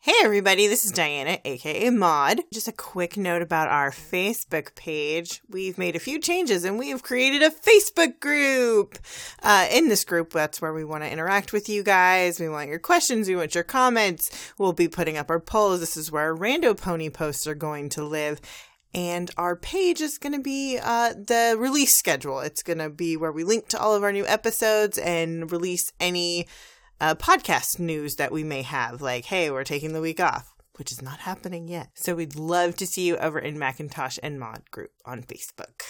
Hey everybody, this is Diana, aka Mod. Just a quick note about our Facebook page. We've made a few changes and we have created a Facebook group. Uh, in this group, that's where we want to interact with you guys. We want your questions, we want your comments. We'll be putting up our polls. This is where our rando pony posts are going to live. And our page is going to be uh, the release schedule. It's going to be where we link to all of our new episodes and release any uh, podcast news that we may have, like, hey, we're taking the week off, which is not happening yet. So we'd love to see you over in Macintosh and Mod group on Facebook.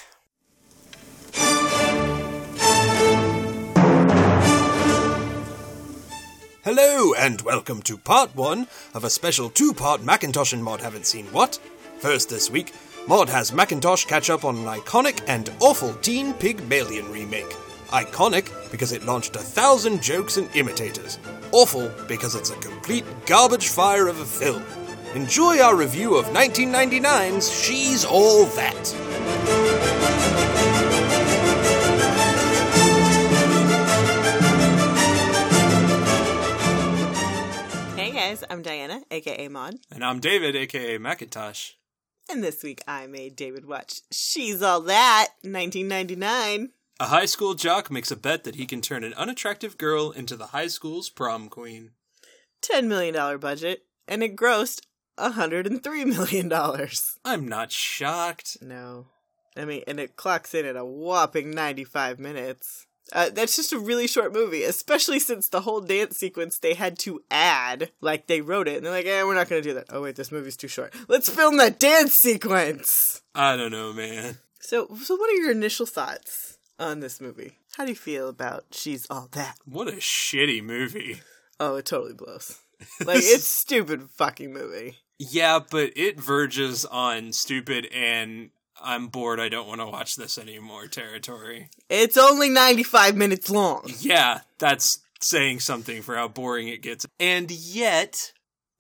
Hello, and welcome to part one of a special two part Macintosh and Mod Haven't Seen What. First this week, Mod has Macintosh catch up on an iconic and awful Teen Pygmalion remake. Iconic because it launched a thousand jokes and imitators. Awful because it's a complete garbage fire of a film. Enjoy our review of 1999's She's All That. Hey guys, I'm Diana, aka Mod, And I'm David, aka Macintosh. and this week I made David watch She's All That, 1999. A high school jock makes a bet that he can turn an unattractive girl into the high school's prom queen. $10 million budget, and it grossed $103 million. I'm not shocked. No. I mean, and it clocks in at a whopping 95 minutes. Uh, that's just a really short movie, especially since the whole dance sequence they had to add. Like, they wrote it and they're like, eh, we're not gonna do that. Oh, wait, this movie's too short. Let's film that dance sequence! I don't know, man. So, so what are your initial thoughts on this movie? How do you feel about She's All That? What a shitty movie. Oh, it totally blows. Like, it's stupid fucking movie. Yeah, but it verges on stupid and I'm bored, I don't want to watch this anymore territory. It's only 95 minutes long. Yeah, that's saying something for how boring it gets. And yet,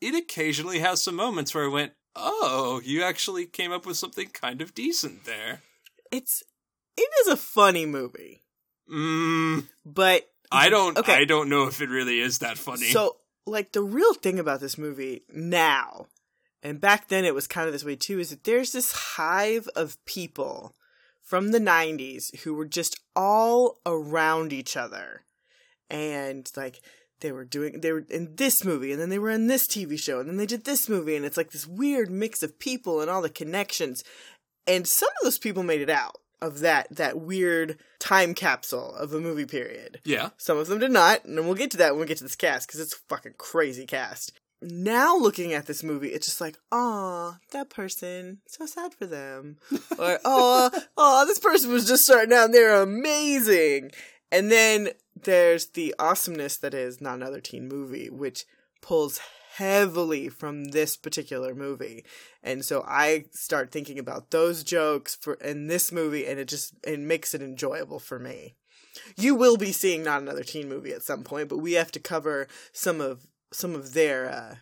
it occasionally has some moments where I went, oh, you actually came up with something kind of decent there. It's, it is a funny movie, Mm, but I don't. Mm-hmm. Okay. I don't know if it really is that funny. So, like, the real thing about this movie now, and back then it was kind of this way too, is that there's this hive of people from the 90s who were just all around each other. And, like, they were doing, they were in this movie, and then they were in this TV show, and then they did this movie, and it's like this weird mix of people and all the connections. And some of those people made it out of that that weird time capsule of a movie period. yeah, Some of them did not, and we'll get to that when we get to this cast because it's a fucking crazy cast. Now looking at this movie, it's just like, aw, that person, so sad for them, or oh, oh, this person was just starting out, and they're amazing. And then there's the awesomeness that is not another teen movie, which pulls heavily from this particular movie. And so I start thinking about those jokes for in this movie and it just it makes it enjoyable for me. You will be seeing not another teen movie at some point, but we have to cover some of some of their uh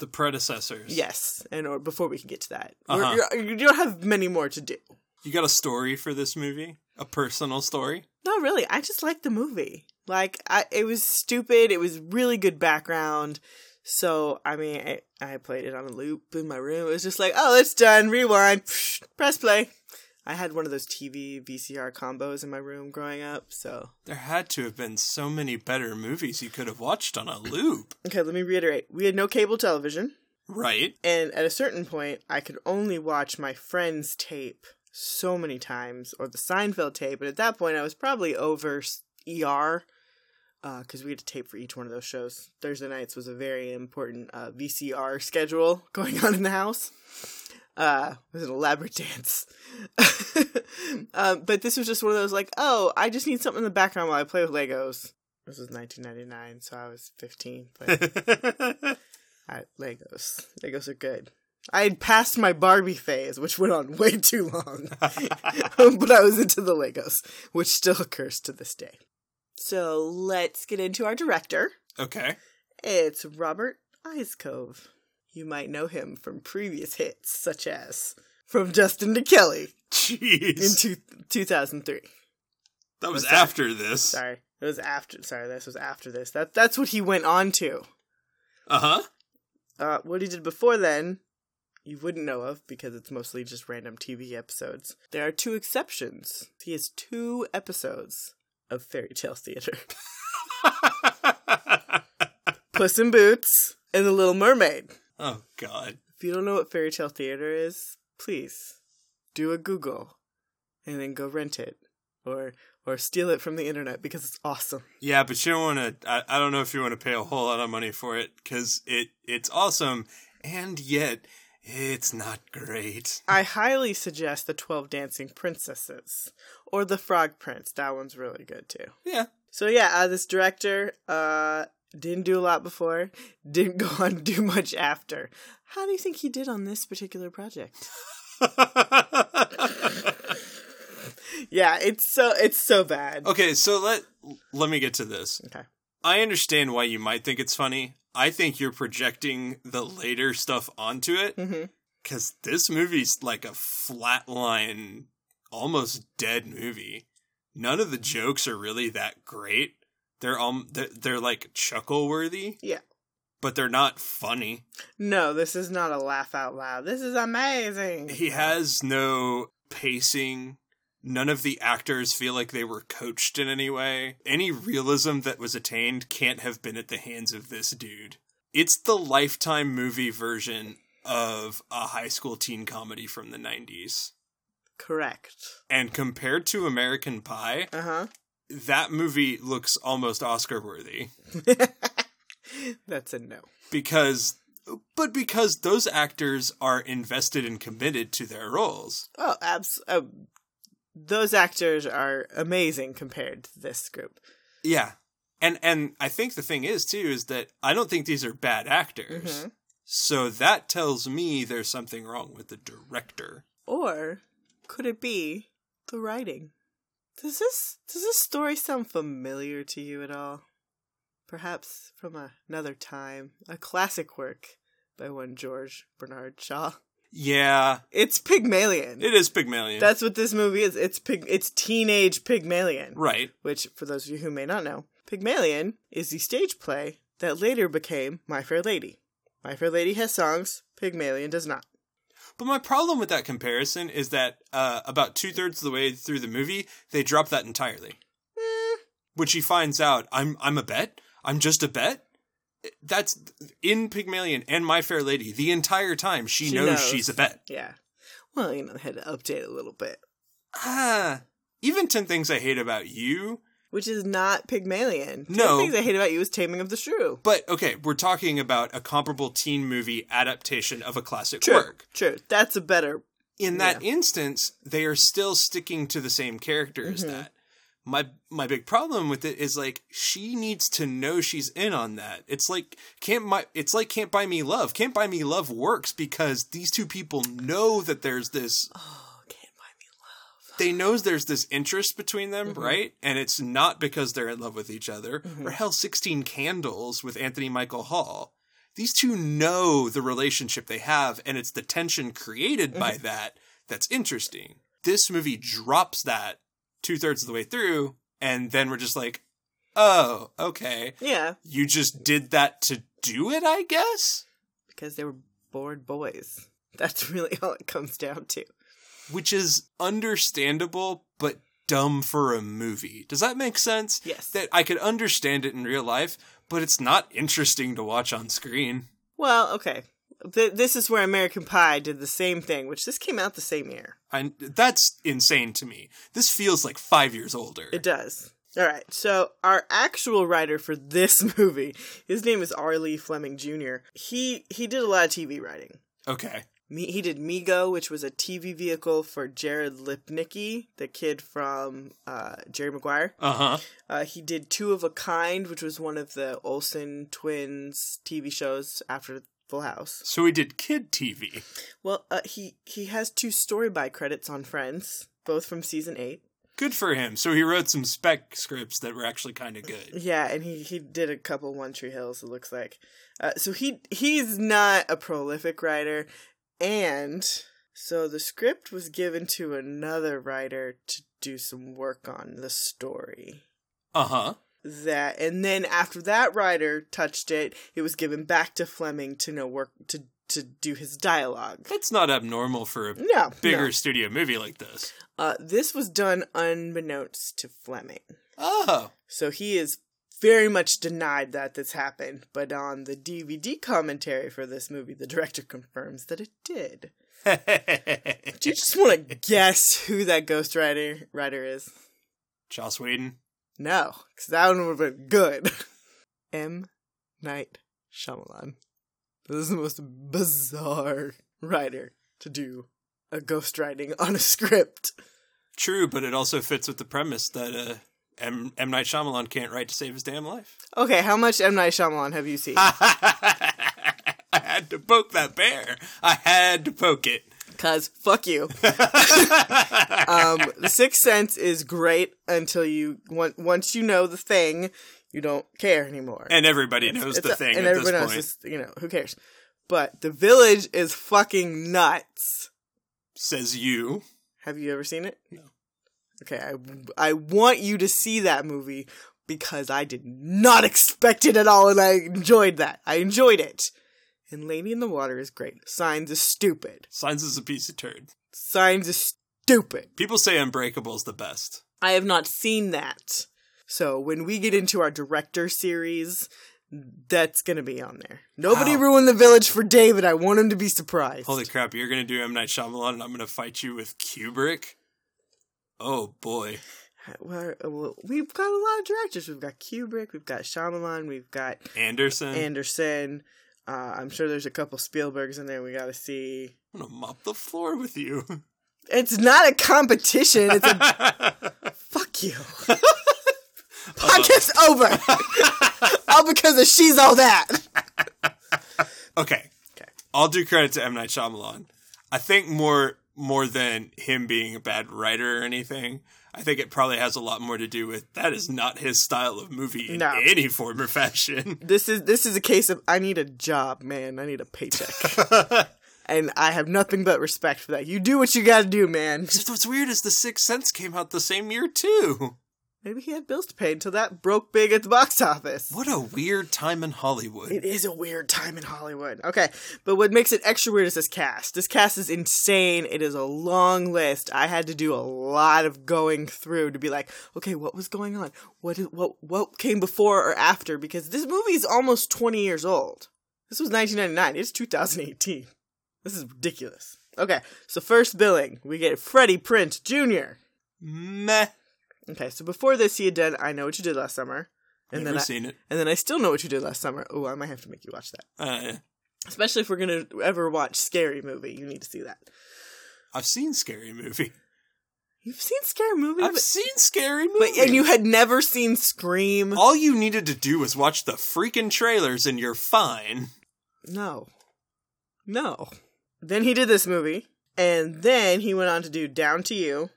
the predecessors. yes, and or before we can get to that. Uh-huh. We're, you're, you don't have many more to do. you got a story for this movie? A personal story? No, really. I just liked the movie. Like, I, it was stupid. It was really good background. So, I mean, I, I played it on a loop in my room. It was just like, oh, it's done. Rewind. Press play. I had one of those TV VCR combos in my room growing up. So, There had to have been so many better movies you could have watched on a loop, okay, let me reiterate. We had no cable television. right? And at a certain point, I could only watch my friend's tape so many times, or the Seinfeld tape. And at that point, I was probably over s- ER, because we had a tape for each one of those shows. Thursday nights was a very important uh, VCR schedule going on in the house. Uh, it was an elaborate dance. um, but this was just one of those, like, oh, I just need something in the background while I play with Legos. This was 1999, so I was 15. But I, Legos. Legos are good. I had passed my Barbie phase, which went on way too long, but I was into the Legos, which still occurs to this day. So let's get into our director. okay. It's Robert Iscove. You might know him from previous hits, such as From Justin to Kelly in Jeez, two- 2003. that was after this. Sorry, it was after. Sorry, this was after this. That that's what he went on to. Uh huh. Uh, what he did before then, you wouldn't know of because it's mostly just random TV episodes. There are two exceptions. He has two episodes of fairy tale theater Puss in Boots and The Little Mermaid. oh God. If you don't know what fairy tale theater is, please do a Google and then go rent it or or steal it from the internet because it's awesome. Yeah, but you don't want to. I, I don't know if you want to pay a whole lot of money for it because it it's awesome, and yet it's not great. I highly suggest the 12 Dancing Princesses or the Frog Prince. That one's really good too. Yeah, So yeah, uh, this director uh didn't do a lot before, didn't go on to do much after. How do you think he did on this particular project? Yeah, it's so it's so bad. okay, so let let me get to this. Okay. I understand why you might think it's funny. I think you're projecting the later stuff onto it Mhm. because this movie's like a flatline, almost dead movie. None of the jokes are really that great. They're um, they're, they're like chuckle worthy. Yeah. but they're not funny. No, this is not a laugh out loud. This is amazing. He has no pacing. None of the actors feel like they were coached in any way. Any realism that was attained can't have been at the hands of this dude. It's the lifetime movie version of a high school teen comedy from the 90s. Correct. And compared to American Pie, Uh-huh. that movie looks almost Oscar worthy. That's a no. Because, but because those actors are invested and committed to their roles. Oh, abs- uh, those actors are amazing compared to this group. Yeah. And and I think the thing is too is that I don't think these are bad actors. Mhm. So that tells me there's something wrong with the director. Or could it be the writing? Does this does this story sound familiar to you at all? Perhaps from a- another time, a classic work by one George Bernard Shaw. Yeah, It's Pygmalion. it is Pygmalion. That's what this movie is. It's pig- it's teenage Pygmalion. right. which, for those of you who may not know, Pygmalion is the stage play that later became My Fair Lady. My Fair Lady has songs, Pygmalion does not. But my problem with that comparison is that uh, about two thirds of the way through the movie, they drop that entirely. Eh. Which he finds out, I'm I'm a bet. I'm just a bet. That's in Pygmalion and My Fair Lady. The entire time she, She knows knows. she's a bet. Yeah. Well, you know, they had to update a little bit, Ah, even Ten Things I Hate About You which is not Pygmalion. Ten No. things I hate about you is Taming of the Shrew. But okay, we're talking about a comparable teen movie adaptation of a classic True. work. True. That's a better. In that instance, they are still sticking to the same character as that. My my big problem with it is like she needs to know she's in on that. It's like can't my it's like can't buy me love. Can't buy me love works because these two people know that there's this Oh, can't buy me love. they knows there's this interest between them, right? And it's not because they're in love with each other. Or hell, Sixteen Candles with Anthony Michael Hall. These two know the relationship they have, and it's the tension created by that that's interesting. This movie drops that two thirds of the way through, and then we're just like, oh, okay. Yeah, You just did that to do it, I guess? because they were bored boys. That's really all it comes down to. Which is understandable, but dumb for a movie. Does that make sense? Yes. that I could understand it in real life, but it's not interesting to watch on screen. well, okay. Th- this is where American Pie did the same thing, which this came out the same year. I, that's insane to me. This feels like five years older. It does. All right. So our actual writer for this movie, his name is R. Lee Fleming Jr. He he did a lot of TV writing. okay. Me- He did Migo, which was a TV vehicle for Jared Lipnicki, the kid from uh, Jerry Maguire. Uh huh. Uh, he did Two of a Kind, which was one of the Olsen twins TV shows after Full House. So we did kid TV. Well, uh, he he has two story by credits on Friends, both from season eight. Good for him. So he wrote some spec scripts that were actually kind of good. Yeah, and he he did a couple One Tree Hills. It looks like, uh, so he he's not a prolific writer, and so the script was given to another writer to do some work on the story. Uh huh. that and then after that writer touched it it was given back to fleming to know work to to do his dialogue That's not abnormal for a no bigger no. studio movie like this. Uh, this was done unbeknownst to fleming Oh, so he is very much denied that this happened but on the dvd commentary for this movie the director confirms that it did do you just want to guess who that ghostwriter writer is Joss Whedon. No, because that one would have been good. M. Night Shyamalan. This is the most bizarre writer to do a ghostwriting on a script. True, but it also fits with the premise that uh, M. M. Night Shyamalan can't write to save his damn life. Okay, how much M. Night Shyamalan have you seen? I had to poke that bear. I had to poke it. Cause fuck you. um, the Sixth Sense is great until you on- once you know the thing, you don't care anymore. And everybody knows It's the a- thing and at everyone this else point. is you know who cares. But the village is fucking nuts. Says you. Have you ever seen it? No. Okay, I, I want you to see that movie because I did not expect it at all and I enjoyed that. I enjoyed it. And Lady in the Water is great. Signs is stupid. Signs is a piece of turd. Signs is stupid. People say Unbreakable is the best. I have not seen that. So when we get into our director series, that's going to be on there. Nobody Wow. ruined the village for David. I want him to be surprised. Holy crap, you're going to do M. Night Shyamalan and I'm going to fight you with Kubrick? Oh boy. Well, well, we've got a lot of directors. We've got Kubrick, we've got Shyamalan, we've got Anderson. Anderson. Uh, I'm sure there's a couple Spielbergs in there we got to see. I'm going to mop the floor with you. It's not a competition. It's a fuck you. Podcast over. all because of she's all that. Okay. Okay. I'll do credit to M. Night Shyamalan. I think more more than him being a bad writer or anything, I think it probably has a lot more to do with that is not his style of movie in No. any form or fashion. This is this is a case of I need a job, man. I need a paycheck. and I have nothing but respect for that. You do what you got to do, man. Just what's weird is The Sixth Sense came out the same year too. Maybe he had bills to pay until that broke big at the box office. What a weird time in Hollywood. It is a weird time in Hollywood. Okay, but what makes it extra weird is this cast. This cast is insane. It is a long list. I had to do a lot of going through to be like, okay, what was going on? What is, what what came before or after? Because this movie is almost twenty years old. This was 1999. It's 2018. This is ridiculous. Okay, so first billing, we get Freddie Prince Jr. Meh. Okay, so before this, he had done "I Know What You Did Last Summer," and Never then I, seen it. and then I still know what you did last summer. Oh, I might have to make you watch that Uh, especially if we're gonna ever watch scary movie you need to see that I've seen scary movie. you've seen scary movie I've but, seen scary movie. but and you had never seen scream all you needed to do was watch the freaking trailers and you're fine. no no then he did this movie and then he went on to do down to you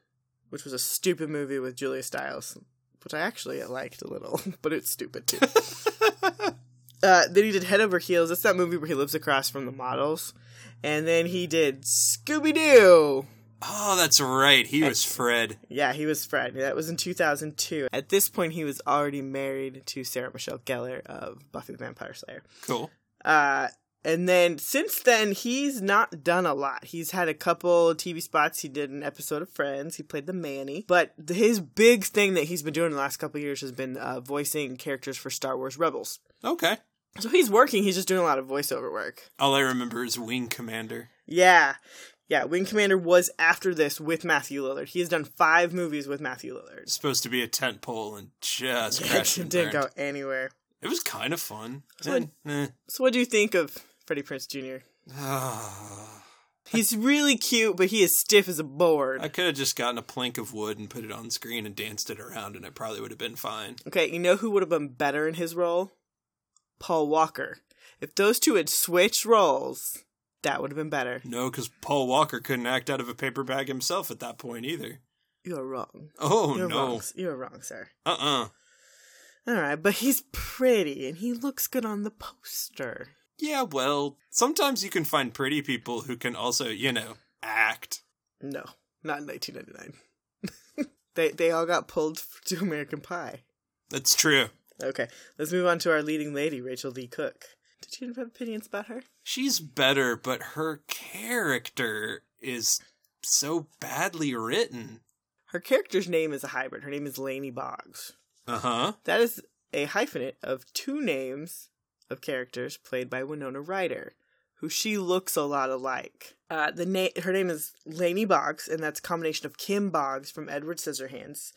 which was a stupid movie with julia stiles which i actually liked a little but it's stupid too Uh, then he did Head Over Heels. That's that movie where he lives across from the models. And then he did Scooby Doo. Oh, that's right. He was Fred. Yeah, he was Fred. That was in 2002. At this point, he was already married to Sarah Michelle Gellar of Buffy the Vampire Slayer. Cool. Uh, and then since then, he's not done a lot. He's had a couple TV spots. He did an episode of Friends. He played the Manny. But th- his big thing that he's been doing the last couple years has been uh, voicing characters for Star Wars Rebels. Okay. So he's working. He's just doing a lot of voiceover work. All I remember is Wing Commander. Yeah. Yeah, Wing Commander was after this with Matthew Lillard. He has done five movies with Matthew Lillard. It's supposed to be a tent pole and just crashed it and didn't burned. go anywhere. It was kind of fun. Fun. Eh, eh. So, what do you think of Freddie Prince Jr.? Ah. He's really cute, but he is stiff as a board. I could have just gotten a plank of wood and put it on screen and danced it around, and it probably would have been fine. Okay, you know who would have been better in his role? Paul Walker. If those two had switched roles, that would have been better. No, because Paul Walker couldn't act out of a paper bag himself at that point either. You're wrong. Oh You're no. wrong. You're wrong, sir. Uh uh All right, but he's pretty and he looks good on the poster. Yeah, well, sometimes you can find pretty people who can also, you know, act. No, not in 1999. they they all got pulled f- to American Pie. That's true. Okay, let's move on to our leading lady, Rachel Lee Cook. Did you have opinions about her? She's better, but her character is so badly written. Her character's name is a hybrid. Her name is Lainey Boggs. Uh huh. That is a hyphenate of two names of characters played by Winona Ryder, who she looks a lot alike. Uh, the na- her name is Lainey Boggs, and that's a combination of Kim Boggs from Edward Scissorhands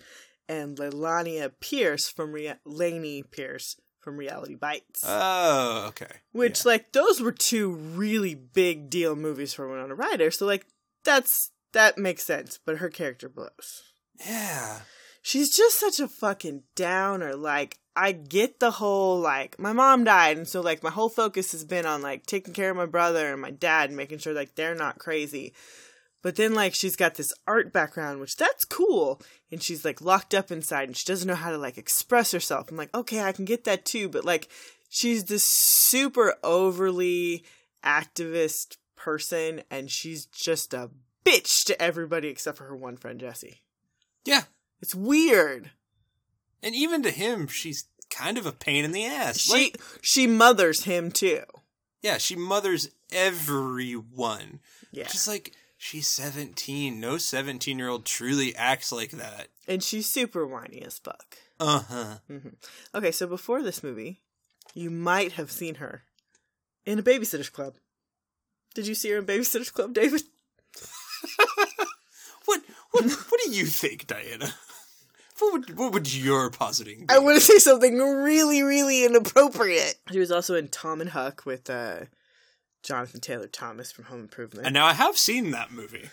and Lelania Pierce from Rea- Lainey Pierce from Reality Bites. Oh, okay. Which, like, those were two really big deal movies for Winona Ryder. So, like, that's that makes sense. But her character blows. Yeah. She's just such a fucking downer. Like, I get the whole like my mom died, and so like my whole focus has been on like taking care of my brother and my dad, and making sure like they're not crazy. But then like she's got this art background, which that's cool, and she's like locked up inside, and she doesn't know how to like express herself. I'm like, okay, I can get that too, but like she's this super overly activist person, and she's just a bitch to everybody except for her one friend Jesse. Yeah. It's weird. And even to him, she's kind of a pain in the ass. She Like, she mothers him too. yeah, she mothers everyone. Yeah. She's like, she's 17. No 17 year old truly acts like that. and she's super whiny as fuck. Uh huh. Okay, so before this movie, you might have seen her in a babysitter's club. Did you see her in Babysitter's Club, David? What, what, what do you think, Diana? What would, what would your positing be? I want to say something really, really inappropriate. She was also in Tom and Huck with uh, Jonathan Taylor Thomas from Home Improvement. and now I have seen that movie.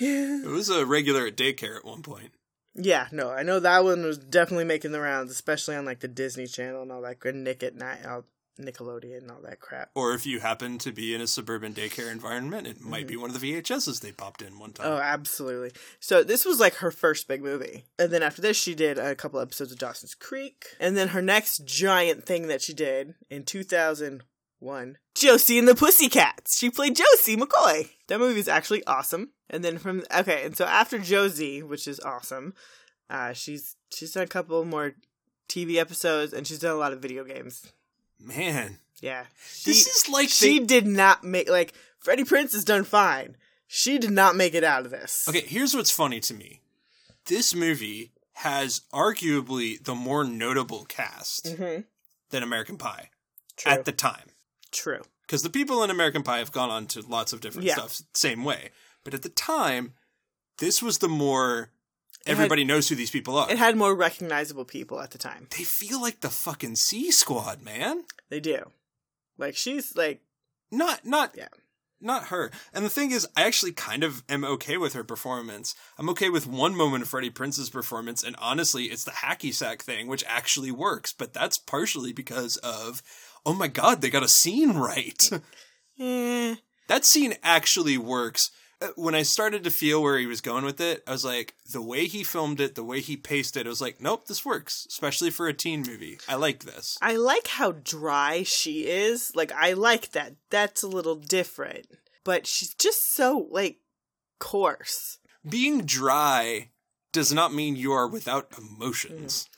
yeah. It was a regular at daycare at one point. Yeah, no, I know that one was definitely making the rounds, especially on like the Disney Channel and all that, and Nick at Night, all Nickelodeon, and all that crap. Or if you happen to be in a suburban daycare environment, it might be one of the VHSs they popped in one time. Mm-hmm. Oh, absolutely. So this was like her first big movie. And then after this she did a couple episodes of Dawson's Creek. And then her next giant thing that she did in 2001, Josie and the Pussycats. She played Josie McCoy. That movie is actually awesome. And then from okay, and so after Josie, which is awesome, uh she's she's done a couple more TV episodes and she's done a lot of video games. Man, Yeah. this She- is like she they- did not make like Freddie Prince has done fine. She did not make it out of this. Okay, here's what's funny to me. This movie has arguably the more notable cast Mm-hmm. than American Pie True. at the time. True. Because the people in American Pie have gone on to lots of different Yeah. stuff, same way. But at the time, this was the more everybody knows who these people are. It had more recognizable people at the time. they feel like the fucking C Squad, man. They do. Like she's like Not not Yeah. not her. And the thing is, I actually kind of am okay with her performance. I'm okay with one moment of Freddie Prince's performance, and honestly, it's the hacky sack thing which actually works. But that's partially because of, oh my god, they got a scene right. eh. that scene actually works. Uh, When I started to feel where he was going with it, I was like, the way he filmed it, the way he paced it, I was like, nope, this works, especially for a teen movie. I like this. I like how dry she is. Like I like that. That's a little different. But she's just so like coarse. Being dry does not mean you are without emotions.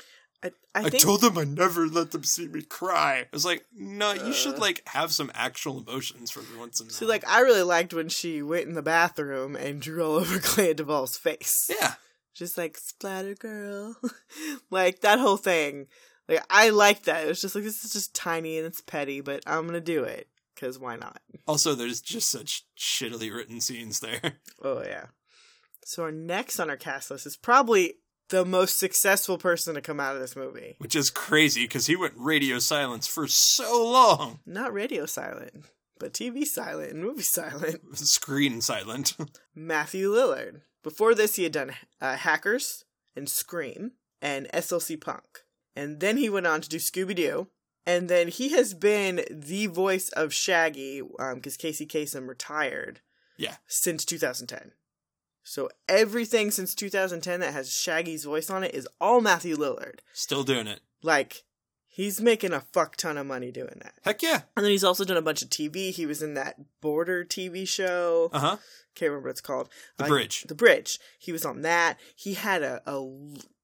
I, I, I think told them I never let them see me cry. Uh. I was like, no, you should like have some actual emotions for every once in a while. so like I really liked when she went in the bathroom and drew all over Claire Duvall's face. yeah, just like splatter girl like that whole thing like i like that it was just like this is just tiny and it's petty but i'm gonna do it because why not also there's just such shittily written scenes there. oh yeah so our next on our cast list is probably the most successful person to come out of this movie Which is crazy because he went radio silence for so long. not radio silent but tv silent and movie silent Screen silent. matthew lillard before this he had done uh, hackers and scream and slc punk and then he went on to do Scooby Doo. And then he has been the voice of Shaggy because Casey Kasem retired. Yeah. Since 2010. So everything since 2010 that has Shaggy's voice on it is all Matthew Lillard. Still doing it. Like, he's making a fuck ton of money doing that. Heck yeah. And then he's also done a bunch of TV. He was in that border TV show. Uh huh. Can't remember what it's called. The Uh, bridge. The Bridge. He was on that. He had a, a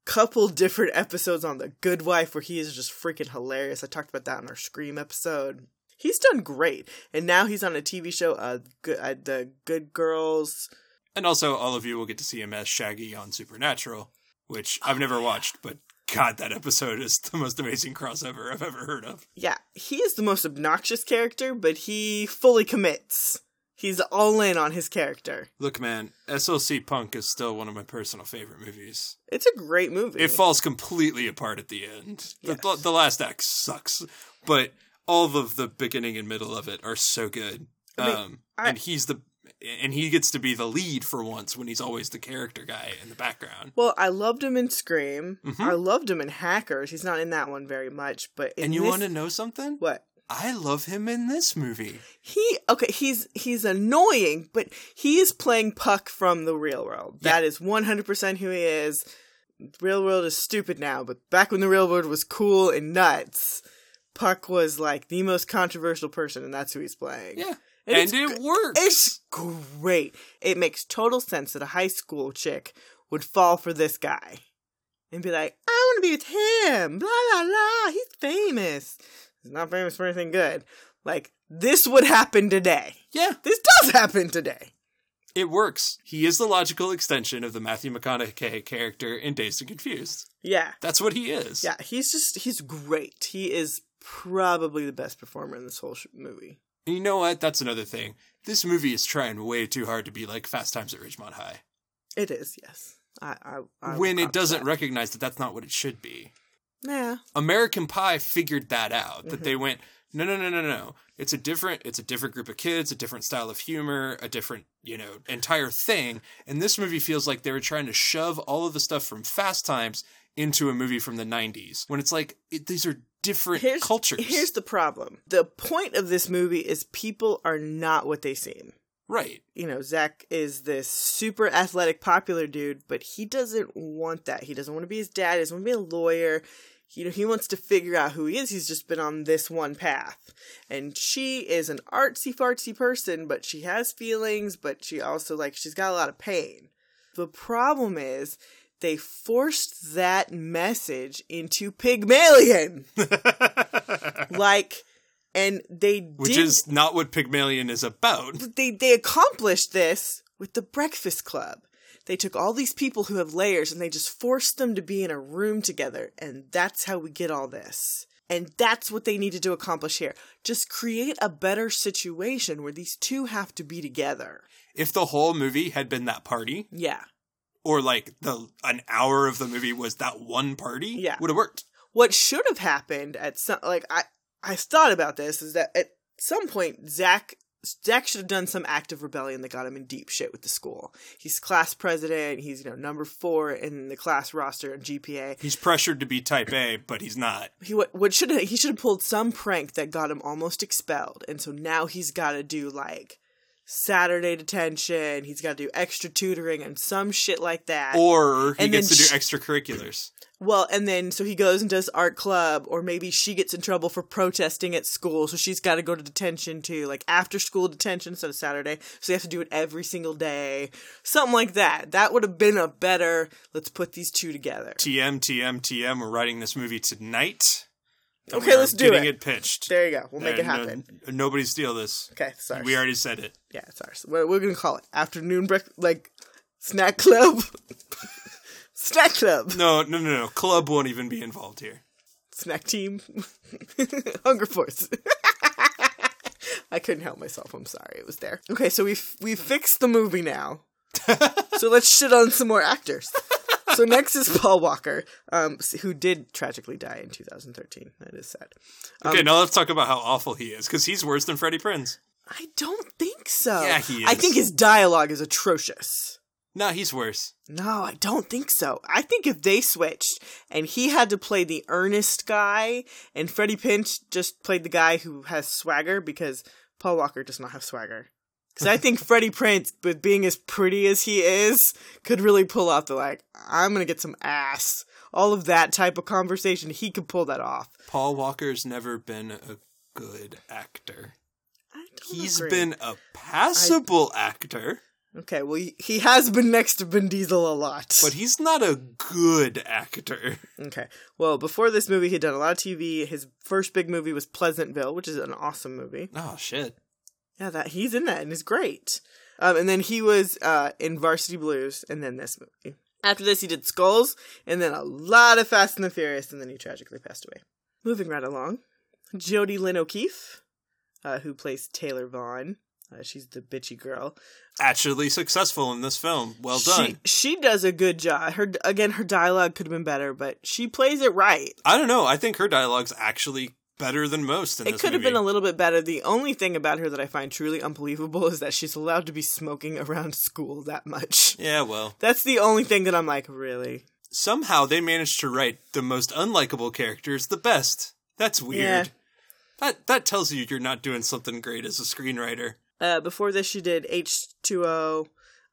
couple different episodes on The Good Wife where he is just freaking hilarious. I talked about that in our Scream episode. He's done great, and now he's on a TV show, uh, good, uh the Good Girls. And also, all of you will get to see him as Shaggy on Supernatural, which I've never watched, but God, that episode is the most amazing crossover I've ever heard of. Yeah, he is the most obnoxious character, but he fully commits. He's all in on his character. Look, man, SLC Punk is still one of my personal favorite movies. It's a great movie. It falls completely apart at the end. The, Yes. the, the last act sucks, but all of the beginning and middle of it are so good. I mean, um, I- and he's the and he gets to be the lead for once when he's always the character guy in the background. well, I loved him in Scream. Mhm. I loved him in Hackers. He's not in that one very much, but in and you this- want to know something? what? I love him in this movie. He okay, he's he's annoying, but he is playing Puck from the real world. Yeah. That is 100% who he is. Real world is stupid now, but back when the real world was cool and nuts, Puck was like the most controversial person and that's who he's playing. Yeah, And and, it's it good- works. It's great. It makes total sense that a high school chick would fall for this guy and be like, I want to be with him. Blah, blah, blah. He's famous. He's not famous for anything good. Like, this would happen today. yeah, This does happen today. it works. He is the logical extension of the Matthew McConaughey character in Dazed and Confused. Yeah. That's what he is. Yeah. He's just, he's great. He is probably the best performer in this whole sh- movie. And you know what? That's another thing. This movie is trying way too hard to be like Fast Times at Ridgemont High It is, yes. I, I, I will when it cop to doesn't that. recognize that that's not what it should be. yeah. American Pie figured that out. That Mm-hmm. they went, no, no, no, no, no. It's a different, it's a different group of kids, a different style of humor, a different, you know, entire thing. And this movie feels like they were trying to shove all of the stuff from Fast Times into a movie from the '90s. When it's like it, these are different cultures, Here's the problem. The point of this movie is people are not what they seem. right? You know, Zach is this super athletic, popular dude, but he doesn't want that. He doesn't want to be his dad. He doesn't want to be a lawyer. You know, he wants to figure out who he is. He's just been on this one path. And she is an artsy fartsy person, but she has feelings, but she also, like, she's got a lot of pain. The problem is they forced that message into Pygmalion. like, and they Which did, is not what Pygmalion is about. they they accomplished this with the Breakfast Club. They took all these people who have layers and they just forced them to be in a room together, and that's how we get all this. And that's what they needed to accomplish here. Just create a better situation where these two have to be together. If the whole movie had been that party, Yeah. or like the an hour of the movie was that one party, Yeah. would have worked. what should have happened at some like I I thought about this is that at some point Zach Zach should have done some act of rebellion that got him in deep shit with the school. He's class president. He's you know number four in the class roster on GPA. He's pressured to be Type A, but he's not. He what, what should have, he should have pulled some prank that got him almost expelled, and so now he's got to do like Saturday detention. He's got to do extra tutoring and some shit like that. Or he And gets to then do sh- extracurriculars. Well, and then so he goes and does art club, or maybe she gets in trouble for protesting at school, so she's got to go to detention too, like after school detention instead of Saturday. So they have to do it every single day, something like that. That would have been a better. Let's put these two together. TM, TM, TM. We're writing this movie tonight. and Okay, we are let's do getting it. it. pitched. There you go. We'll make it And, uh, happen. nobody steal this. Okay, sorry. We already said it. yeah, it's ours. We're, we're gonna call it afternoon break, like snack club, snack club, No, no, no, no. Club won't even be involved here. snack team, hunger force. I couldn't help myself. I'm sorry. It was there. Okay, so we f- we fixed the movie now. so let's shit on some more actors. So next is Paul Walker, um, s- who did tragically die in 2013. That is sad. Okay, now let's talk about how awful he is because he's worse than Freddie Prinz. I don't think so. Yeah, he I is. think his dialogue is atrocious. No, he's worse. No, I don't think so. I think if they switched and he had to play the earnest guy and Freddie Pinch just played the guy who has swagger because Paul Walker does not have swagger. Because I think Freddie Prince, with being as pretty as he is, could really pull off the like, I'm going to get some ass. All of that type of conversation, he could pull that off. Paul Walker's never been a good actor. I don't He's agree. been a passable actor. Okay, well, he- he has been next to Vin Diesel a lot. But he's not a good actor. Okay. Well, before this movie, he'd done a lot of TV. His first big movie was Pleasantville, which is an awesome movie. Oh shit. Yeah, that he's in that and is great. Um, and then he was uh, in Varsity Blues, and then this movie. After this, he did Skulls, and then a lot of Fast and the Furious, and then he tragically passed away. Moving right along, Jodie Lynn O'Keefe, uh, who plays Taylor Vaughn. Uh, she's the bitchy girl. Actually successful in this film. Well done. She, she does a good job. Her again, her dialogue could have been better, but she plays it right. I don't know. I think her dialogue's actually better than most in It this could have movie. been a little bit better. The only thing about her that I find truly unbelievable is that she's allowed to be smoking around school that much. yeah, well. That's the only thing that I'm like, really? Somehow they managed to write the most unlikable characters the best. That's weird. Yeah. That that tells you you're not doing something great as a screenwriter. Uh, before this, she did H2O,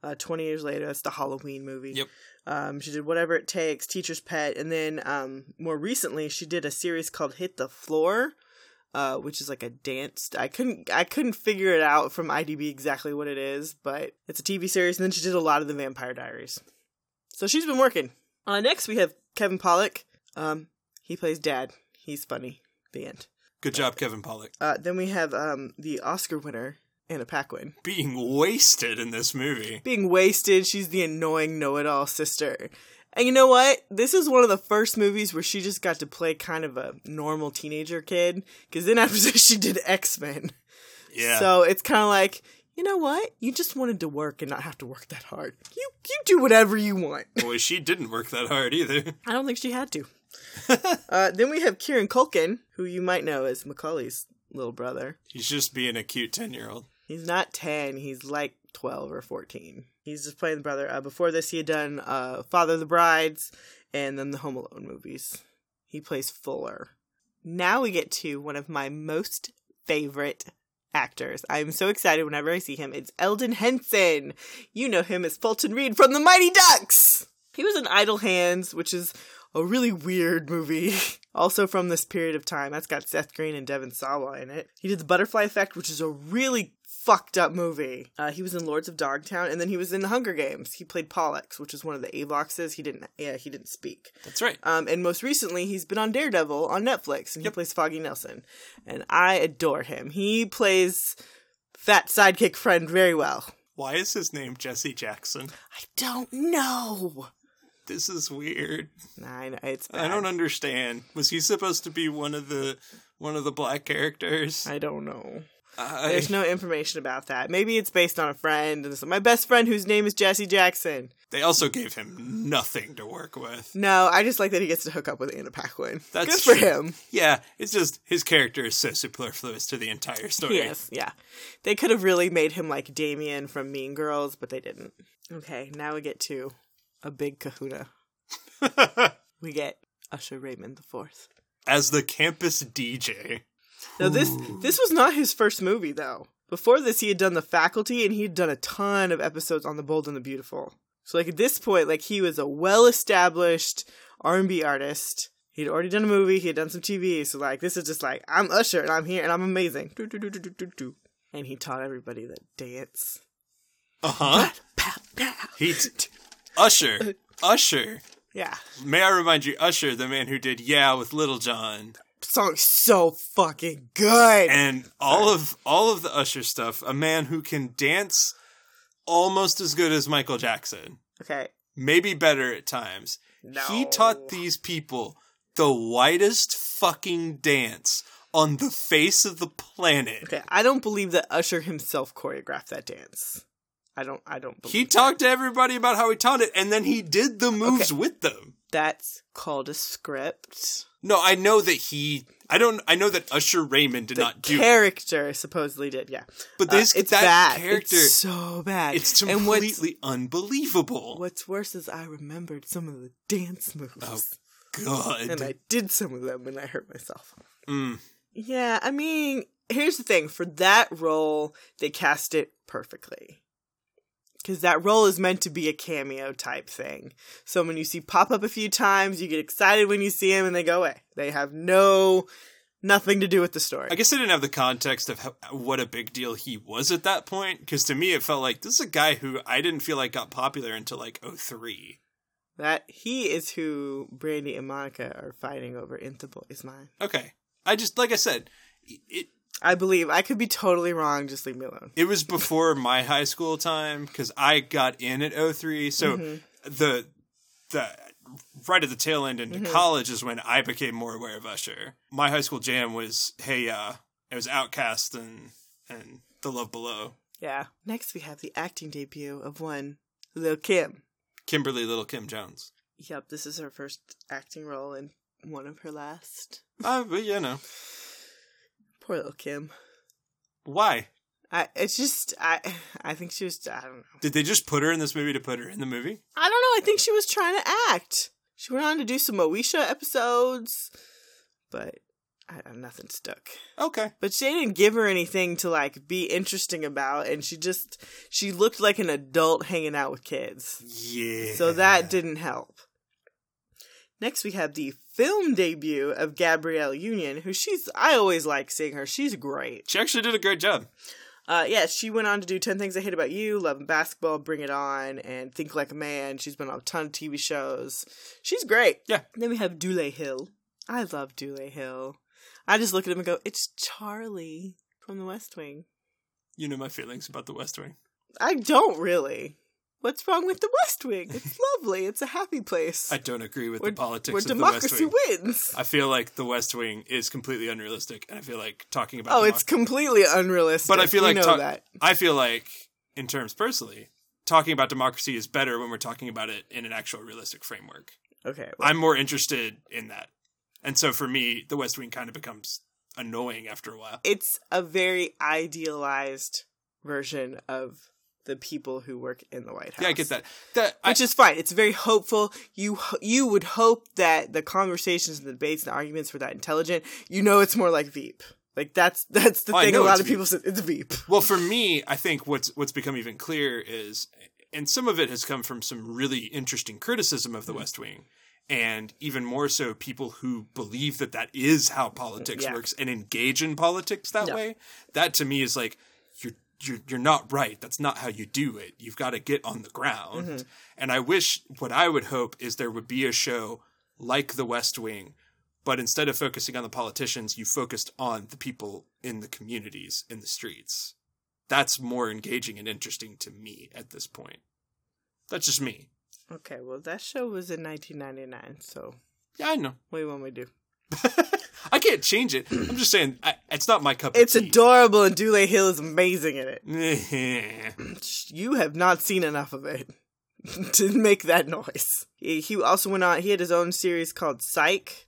uh, 20 years later. That's the Halloween movie. Yep. Um, she did Whatever It Takes, Teacher's Pet, and then um, more recently, she did a series called Hit the Floor. Uh, which is like a dance. I couldn't. I couldn't figure it out from IDB exactly what it is, but it's a TV series. And then she did a lot of the Vampire Diaries. So she's been working. Uh, next we have Kevin Pollock. Um, he plays Dad. He's funny. The end. Good job, Kevin Pollak. Uh, then we have um, the Oscar winner Anna Paquin Being wasted in this movie. being wasted. She's the annoying know-it-all sister. And you know what? This is one of the first movies where she just got to play kind of a normal teenager kid. Because then after this, she did X Men. Yeah. So it's kind of like, you know what? You just wanted to work and not have to work that hard. You you do whatever you want. Boy, she didn't work that hard either. I don't think she had to. uh, then we have Kieran Culkin, who you might know as Macaulay's little brother. He's just being a cute 10 year old. He's not 10, he's like 12 or 14. He's just playing the brother. Uh, before this, he had done uh, Father of the Brides and then the Home Alone movies. He plays Fuller. Now we get to one of my most favorite actors. I'm so excited whenever I see him. It's Eldon Henson. You know him as Fulton Reed from The Mighty Ducks. He was in Idle Hands, which is a really weird movie. also from this period of time. That's got Seth Green and Devin Sawa in it. He did The Butterfly Effect, which is a really fucked up movie. Uh, he was in Lords of Dogtown, and then he was in The Hunger Games. He played Pollux, which is one of the Avoxes. He didn't, yeah, he didn't speak. That's right. Um, and most recently, he's been on Daredevil on Netflix, and he plays Foggy Nelson, and I adore him. He plays fat sidekick friend very well. Why is his name Jesse Jackson? I don't know. This is weird. I know it's. Bad. I don't understand. Was he supposed to be one of the one of the black characters? I don't know. I, There's no information about that. Maybe it's based on a friend. And so my best friend, whose name is Jesse Jackson. they also gave him nothing to work with. No, I just like that he gets to hook up with Anna Paquin. That's good for true. him. Yeah, it's just his character is so superfluous to the entire story. Yes, yeah. They could have really made him like Damien from Mean Girls, but they didn't. Okay, now we get to a big kahuna. we get Usher Raymond the Fourth. As the campus DJ. Now this this was not his first movie though. Before this he had done The Faculty and he had done a ton of episodes on The Bold and the Beautiful. So like at this point like he was a well-established R&B artist. He'd already done a movie, he had done some TV, so like this is just like I'm Usher and I'm here and I'm amazing. Do, do, do, do, do, do, do. And he taught everybody that dance. Uh-huh. Pow, pow. He t- Usher. Usher. Yeah. May I remind you, Usher, the man who did Yeah with Little John. Song's so fucking good. and all of all of the Usher stuff, a man who can dance almost as good as Michael Jackson, okay. maybe better at times. He No. taught these people the whitest fucking dance on the face of the planet. Okay. I don't believe that Usher himself choreographed that dance. I don't I don't believe He talked to everybody about how he taught it, and then he did the moves Okay. with them. that's called a script. No, I know that he. I don't. I know that Usher Raymond did not do, it, Character supposedly did, yeah. but Uh, this it's that bad. character, it's it's, so bad. and what's, completely unbelievable. what's worse is I remembered some of the dance moves, Oh, God, and I did some of them, and I hurt myself. Mm. Yeah, I mean, here's the thing: for that role, they cast it perfectly. Because that role is meant to be a cameo type thing. So when you see pop up a few times, you get excited when you see him, and they go away. They have no Nothing to do with the story. I guess I didn't have the context of how, what a big deal he was at that point because to me it felt like this is a guy who I didn't feel like got popular until like 03. that he is who Brandy and Monica are fighting over in The Boy Is Mine. Okay. I just like I said, it I believe. I could be totally wrong. Just leave me alone. it was before my high school time because I got in at 03. So Mm-hmm. the the right at the tail end into college is when I became more aware of Usher. My high school jam was Hey Ya. It was Outcast and and The Love Below. Yeah. Next, we have the acting debut of one Lil Kim. Kimberly Little Kim Jones. Yep, this is her first acting role and one of her last. Uh, but you know Poor Lil Kim. why I, it's just I. I think she was. I don't know. did they just put her in this movie to put her in the movie? I don't know. I think she was trying to act. She went on to do some Moesha episodes, but I, nothing stuck. Okay, But she didn't give her anything to like be interesting about, and she just she looked like an adult hanging out with kids. yeah. So that didn't help. Next, we have the film debut of Gabrielle Union, who she's I always like seeing her. She's great. she actually did a great job. Uh, yeah, she went on to do 10 Things I Hate About You, Love and Basketball, Bring It On, and Think Like a Man. She's been on a ton of TV shows. She's great. Yeah. Then we have Dule Hill. I love Dule Hill. I just look at him and go, it's Charlie from The West Wing. You know my feelings about The West Wing. I don't really. What's wrong with The West Wing? It's lovely. It's a happy place I don't agree with where, the politics where of The West democracy Wing. wins. I feel like The West Wing is completely unrealistic, and I feel like talking about. Oh, democ- it's completely unrealistic. but I feel We like know talk- that. I feel like in terms personally, talking about democracy is better when we're talking about it in an actual realistic framework. Okay. well, I'm more interested in that, and so for me, The West Wing kind of becomes annoying after a while. it's a very idealized version of the people who work in the White House. Yeah, I get that. That I, Which is fine. It's very hopeful. You ho- you would hope that the conversations and the debates and arguments were that intelligent. You know, it's more like Veep. Like that's that's the Oh, I thing. A know lot it's of people said it's Veep. Well, for me, I think what's what's become even clearer is, and some of it has come from some really interesting criticism Hmm. of the West Wing, and even more so, people who believe that that is how politics Yeah. works and engage in politics that Yeah. way. That to me is like you're you're you're not right. That's not how you do it. You've got to get on the ground. Mm-hmm. And I wish what I would hope is there would be a show like The West Wing but instead of focusing on the politicians, you focused on the people in the communities, in the streets. That's more engaging and interesting to me at this point. That's just me. Okay, well that show was in 1999, so Yeah, I know. what do you want me to do? I can't change it. I'm just saying, I, it's not my cup It's of tea. adorable, and Dule Hill is amazing in it. adorable. you have not seen enough of it to make that noise. He he also went on. He had his own series called Psych.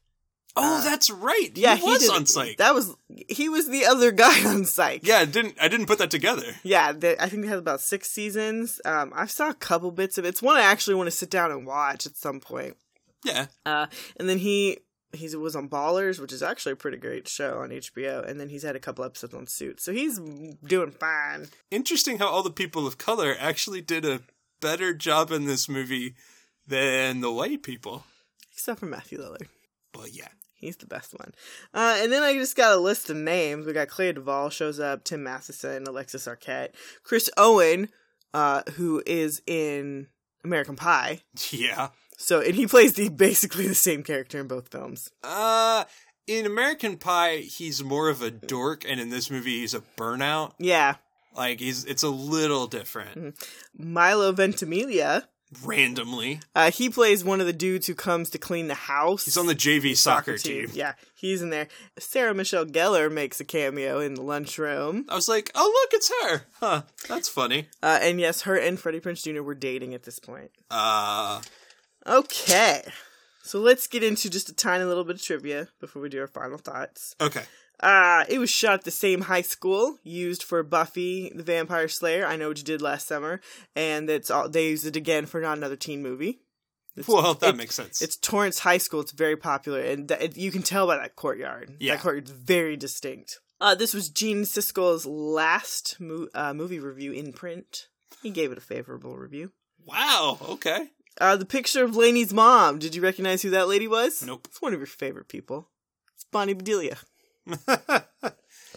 oh, that's right. Yeah, he was did- on Psych. That was he was the other guy on Psych. yeah, I didn't I didn't put that together. yeah. They, I think they had about six seasons. Um, I saw a couple bits of it. It's one I actually want to sit down and watch at some point. Yeah, Uh, and then he he was on Ballers, which is actually a pretty great show on HBO. And then he's had a couple episodes on Suits, so he's doing fine. interesting how all the people of color actually did a better job in this movie than the white people. Except for Matthew Lillard. But yeah, He's the best one. Uh, and then I just got a list of names. We got Claire Duvall shows up, Tim Matheson, Alexis Arquette, Chris Owen, uh, who is in American Pie. yeah. So and he plays the basically the same character in both films. Uh in American Pie, he's more of a dork, and in this movie, he's a burnout. Yeah, Like he's it's a little different. Milo Ventimiglia. Randomly, Uh, he plays one of the dudes who comes to clean the house. he's on the JV soccer team. Yeah, he's in there. Sarah Michelle Gellar makes a cameo in the lunchroom. I was like, oh look, it's her. Huh, that's funny. Uh, and yes, her and Freddie Prince Jr. were dating at this point. Uh Okay. So let's get into just a tiny little bit of trivia before we do our final thoughts. okay. Uh, it was shot at the same high school used for Buffy the Vampire Slayer, I Know What You Did Last Summer, and that's all they used it again for not another teen movie. Well, that it- makes sense. It's Torrance High School. It's very popular, and th- it, you can tell by that courtyard. Yeah. That courtyard's very distinct. Uh, this was Gene Siskel's last mo- uh, movie review in print. He gave it a favorable review. wow. Okay. Uh, the picture of Lainey's mom. Did you recognize who that lady was? Nope. It's one of your favorite people. It's Bonnie Bedelia.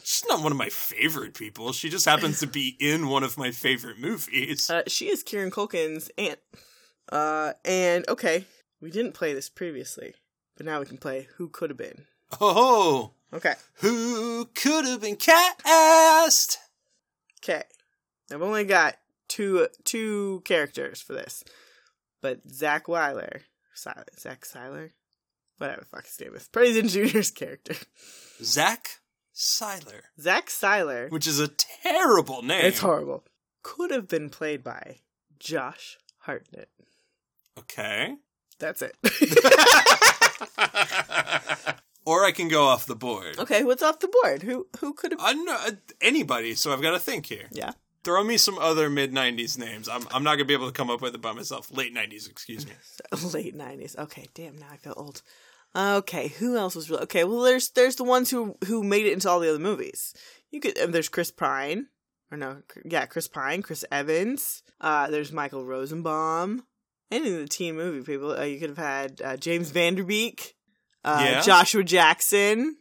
She's not one of my favorite people. She just happens to be in one of my favorite movies. Uh, she is Kieran Culkin's aunt. Uh, and okay, we didn't play this previously, but now we can play Who Could Have Been. Oh, Okay. who could have been cast? Okay. I've only got two two characters for this, but Zach Weiler, si- Zach Siler, whatever the fuck his name is, President Junior's character, Zach Siler, Zach Siler. which is a terrible name. It's horrible. Could have been played by Josh Hartnett. Okay. That's it. or I can go off the board. okay, what's off the board? Who who could have? I don't know, uh, anybody, so I've got to think here. Yeah. Throw me some other mid 90s names. I'm, I'm not going to be able to come up with it by myself. Late 90s, excuse me. late nineties. Okay, damn. Now I feel old. Okay, who else was really okay? Well, there's there's the ones who who made it into all the other movies. You could and there's Chris Pine or no, Cr- yeah, Chris Pine, Chris Evans. Uh, there's Michael Rosenbaum. Any of the teen movie people, uh, you could have had uh, James Vanderbeek, uh, Yeah. Joshua Jackson.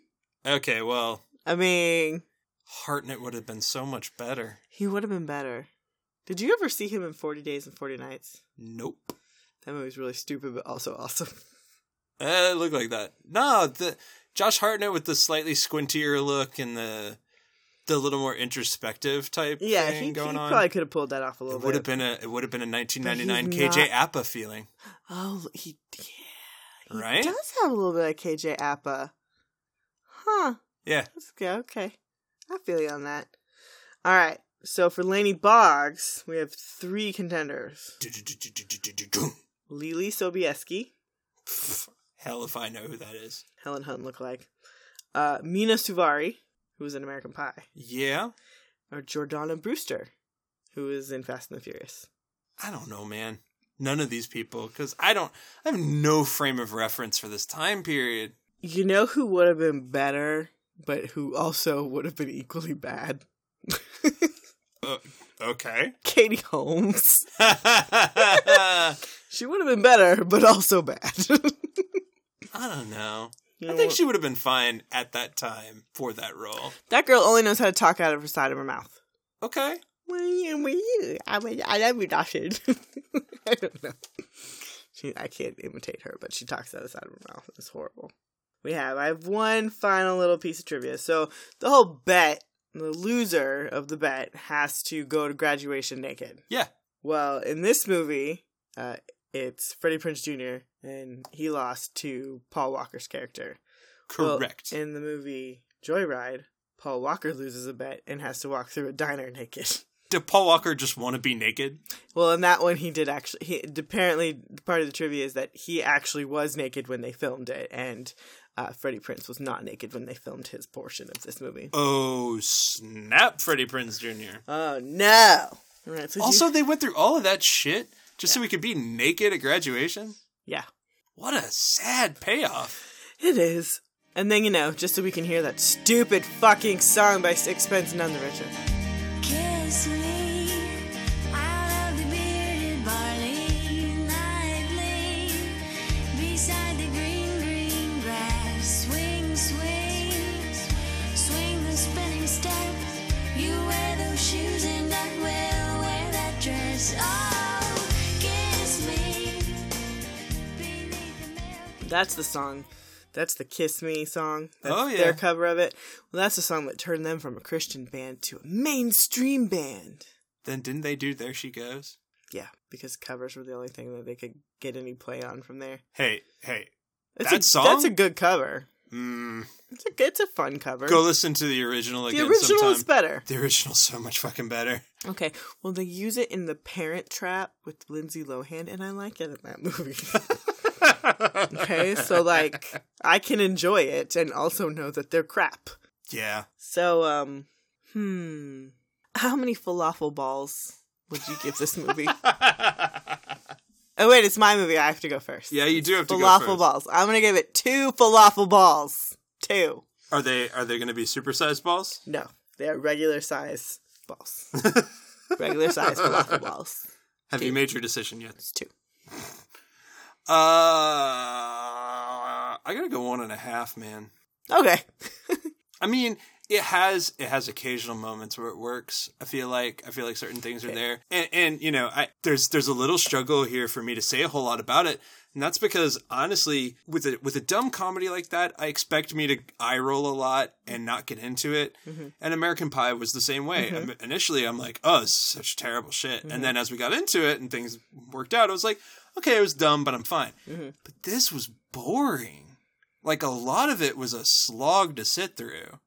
Okay, well, I mean, Hartnett would have been so much better. he would have been better. Did you ever see him in Forty Days and Forty Nights? Nope. That movie's really stupid, but also awesome. Uh, it looked like that. No, the Josh Hartnett with the slightly squintier look and the the little more introspective type yeah, thing he, he going on. probably could have pulled that off a little it bit. would have been a it would have been a 1999 But he's KJ Appa feeling, Oh, he yeah, he right? does have a little bit of KJ Appa, huh? Yeah. That's good. Okay, I feel you on that. All right. So for Laney Boggs, we have three contenders: Lily Sobieski, Pff, Hell if I know who that is. Helen Hunt look like, uh, Mina Suvari, who was in American Pie, Yeah, or Jordana Brewster, who is in Fast and the Furious. I don't know, man. None of these people, because I don't. I have no frame of reference for this time period. You know who would have been better, but who also would have been equally bad? Okay. Katie Holmes. She would have been better, but also bad. I don't know. You I know think what? she would have been fine at that time for that role. that girl only knows how to talk out of her side of her mouth. Okay. Well, you- well, you- I mean, I love you, Dawson. I don't know. She, I can't imitate her, but she talks out of the side of her mouth. It's horrible. We have. I have one final little piece of trivia. So the whole bet, the loser of the bet, has to go to graduation naked. Yeah. Well, in this movie, uh, it's Freddie Prince Jr. and he lost to Paul Walker's character. Well, Correct. in the movie Joyride, Paul Walker loses a bet and has to walk through a diner naked. Did Paul Walker just want to be naked? Well, in that one, he did actually. He apparently part of the trivia is that he actually was naked when they filmed it, and uh, Freddie Prince was not naked when they filmed his portion of this movie. Oh snap, Freddie Prinz Jr. Oh no! All right, so Also, you- they went through all of that shit just so we could be naked at graduation. yeah, What a sad payoff. it is. And then you know, just so we can hear that stupid fucking song by Sixpence None the Richer. Kiss me out of the bearded barley nightly beside the green, green grass. Swing, swing, swing the spinning step. You wear those shoes and I will wear that dress. Oh, kiss me beneath the milk. That's the song. That's the Kiss Me song. That's Oh, yeah. Their cover of it. Well, that's the song that turned them from a Christian band to a mainstream band. Then didn't they do There She Goes? Yeah, because covers were the only thing that they could get any play on from there. Hey, hey. It's That a, song? That's a good cover. Mm, It's a it's a fun cover. go listen to the original the again original sometime. is better. the original's so much fucking better. Okay, well they use it in the Parent Trap with Lindsay Lohan, and I like it in that movie. okay, so like I can enjoy it and also know that they're crap. Yeah. So um, hmm, how many falafel balls would you give this movie? oh wait, it's my movie. I have to go first. Yeah, you do have to go falafel first. balls. I'm gonna give it two falafel balls. Two. Are they are they going to be supersized balls? No, they're regular size balls. regular size falafel balls. Have you made your decision yet? It's two. Uh, I gotta go one and a half, man. Okay. I mean, it has it has occasional moments where it works. I feel like I feel like certain things are there, and and you know, I there's there's a little struggle here for me to say a whole lot about it, and that's because honestly, with a with a dumb comedy like that, I expect me to eye roll a lot and not get into it. And American Pie was the same way. I'm- initially, I'm like, oh, it's such terrible shit, and then as we got into it and things worked out, I was like, okay, it was dumb, but I'm fine. But this was boring like a lot of it was a slog to sit through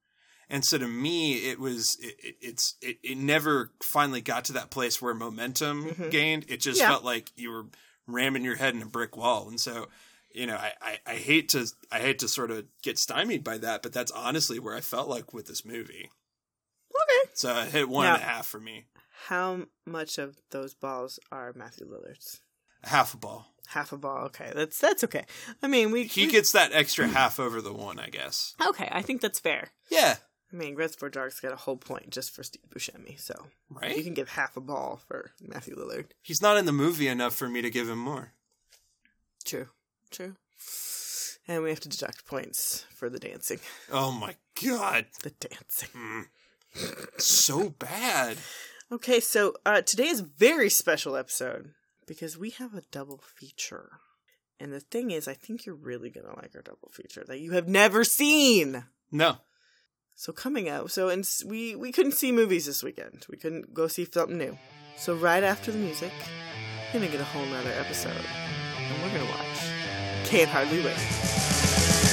and so to me it was it, it, it's it, it never finally got to that place where momentum gained it just Mm-hmm. Yeah. felt like you were ramming your head in a brick wall and so you know I, I i hate to i hate to sort of get stymied by that but that's honestly where i felt like with this movie Okay. so it hit one and a half Now- for me How much of those balls are Matthew Lillard's? half a ball Half a ball. Okay, that's that's okay. I mean, we he we- gets that extra half over the one i guess okay. I think that's fair. yeah I mean, Grets for Dark's got a whole point just for Steve Buscemi, so you right can give half a ball for Matthew Lillard. he's not in the movie enough for me to give him more True. True. And we have to deduct points for the dancing. oh my god The dancing. so bad. Okay, so uh, today is a very special episode because we have a double feature. And the thing is, I think you're really going to like our double feature that you have never seen. No. So coming out, so and s- we we couldn't see movies this weekend. We couldn't go see something new. So right after the music, we're gonna get a whole nother episode, and we're gonna watch Can't Hardly Wait.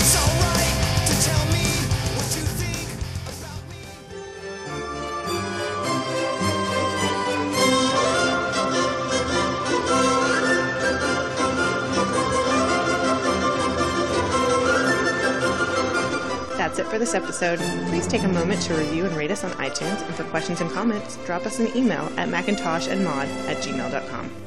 It's alright to tell me what you think about me. That's it for this episode. Please take a moment to review and rate us on iTunes, and for questions and comments, drop us an email at macintosh and mod at gmail.com.